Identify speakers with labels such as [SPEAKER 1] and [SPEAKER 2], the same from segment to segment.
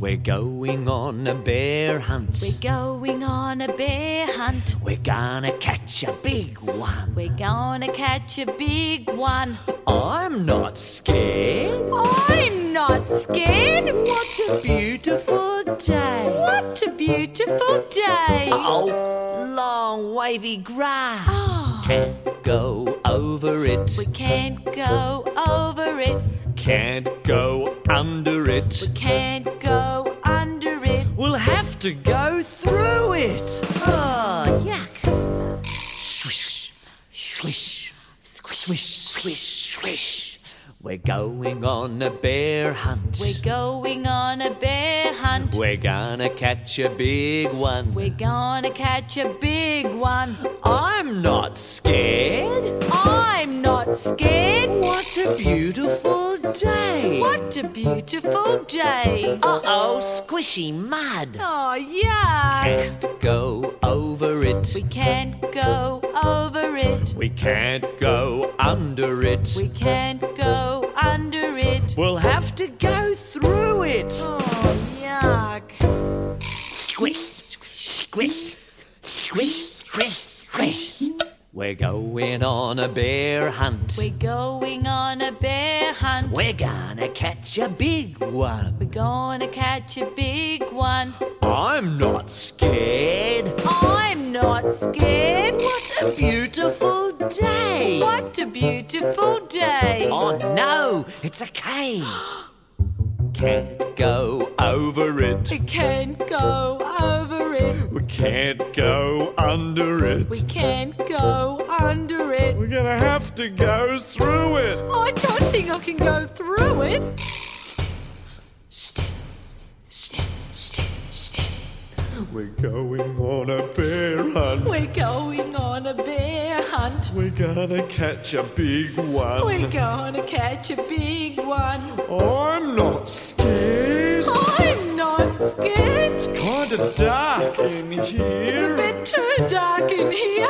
[SPEAKER 1] We're going on a bear hunt.
[SPEAKER 2] We're going on a bear hunt.
[SPEAKER 1] We're gonna catch a big one.
[SPEAKER 2] We're gonna catch a big one.
[SPEAKER 1] I'm not scared.
[SPEAKER 2] I'm not scared.
[SPEAKER 1] What a beautiful day.
[SPEAKER 2] What a beautiful day.
[SPEAKER 1] Oh, long wavy grass.
[SPEAKER 2] Oh.
[SPEAKER 1] Can't go over it.
[SPEAKER 2] We can't go over it.
[SPEAKER 1] Can't go under it.
[SPEAKER 2] We can't go under it.
[SPEAKER 1] We'll have to go through it.
[SPEAKER 2] Ah.
[SPEAKER 1] Oh, yuck. Swish, swish, swish, swish, swish. We're going on a bear hunt.
[SPEAKER 2] We're going on a bear hunt.
[SPEAKER 1] We're gonna catch a big one.
[SPEAKER 2] We're gonna catch a big one.
[SPEAKER 1] I'm not scared.
[SPEAKER 2] I'm not scared.
[SPEAKER 1] What a beautiful day.
[SPEAKER 2] What a beautiful day.
[SPEAKER 1] Uh oh, squishy mud.
[SPEAKER 2] Oh, yuck.
[SPEAKER 1] Can't go over it.
[SPEAKER 2] We can't go over it.
[SPEAKER 1] We can't go under it.
[SPEAKER 2] We can't go under it.
[SPEAKER 1] We'll have to go through it.
[SPEAKER 2] Oh, yuck.
[SPEAKER 1] Squish, squish, squish, squish, squish. We're going on a bear hunt.
[SPEAKER 2] We're going on a bear hunt.
[SPEAKER 1] We're gonna catch a big one.
[SPEAKER 2] We're gonna catch a big one.
[SPEAKER 1] I'm not scared.
[SPEAKER 2] I'm not scared.
[SPEAKER 1] What a beautiful day.
[SPEAKER 2] What a beautiful day.
[SPEAKER 1] Oh no, it's a cave. Can't go over it.
[SPEAKER 2] We can't go over it.
[SPEAKER 1] We can't go under it.
[SPEAKER 2] We can't go under it.
[SPEAKER 1] We're gonna have to go through it.
[SPEAKER 2] Oh, I don't think I can go through it.
[SPEAKER 1] We're going on a bear hunt.
[SPEAKER 2] We're going on a bear hunt.
[SPEAKER 1] We're gonna catch a big
[SPEAKER 2] We're
[SPEAKER 1] one. Oh,
[SPEAKER 2] gonna catch a big one.
[SPEAKER 1] I'm not scared.
[SPEAKER 2] I'm not scared.
[SPEAKER 1] Kinda dark in
[SPEAKER 2] A
[SPEAKER 1] here.
[SPEAKER 2] bit too dark in here.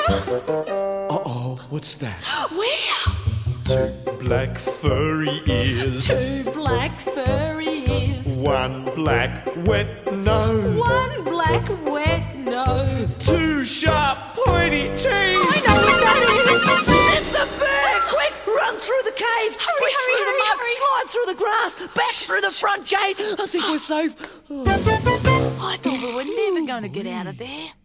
[SPEAKER 1] Uh oh, what's that?
[SPEAKER 2] Where?
[SPEAKER 1] Two black furry ears.
[SPEAKER 2] Two black furry ears.
[SPEAKER 1] One black wet nose.
[SPEAKER 2] One black wet nose.
[SPEAKER 1] Two sharp pointy teeth.
[SPEAKER 2] I know what that is.
[SPEAKER 1] It's a bear! Quick, run through the cave! Squish
[SPEAKER 2] hurry,
[SPEAKER 1] through the
[SPEAKER 2] hurry,
[SPEAKER 1] mud,
[SPEAKER 2] hurry.
[SPEAKER 1] slide through the grass, back through the front gate. I think we're safe.
[SPEAKER 2] I thought we were never going to get out of there.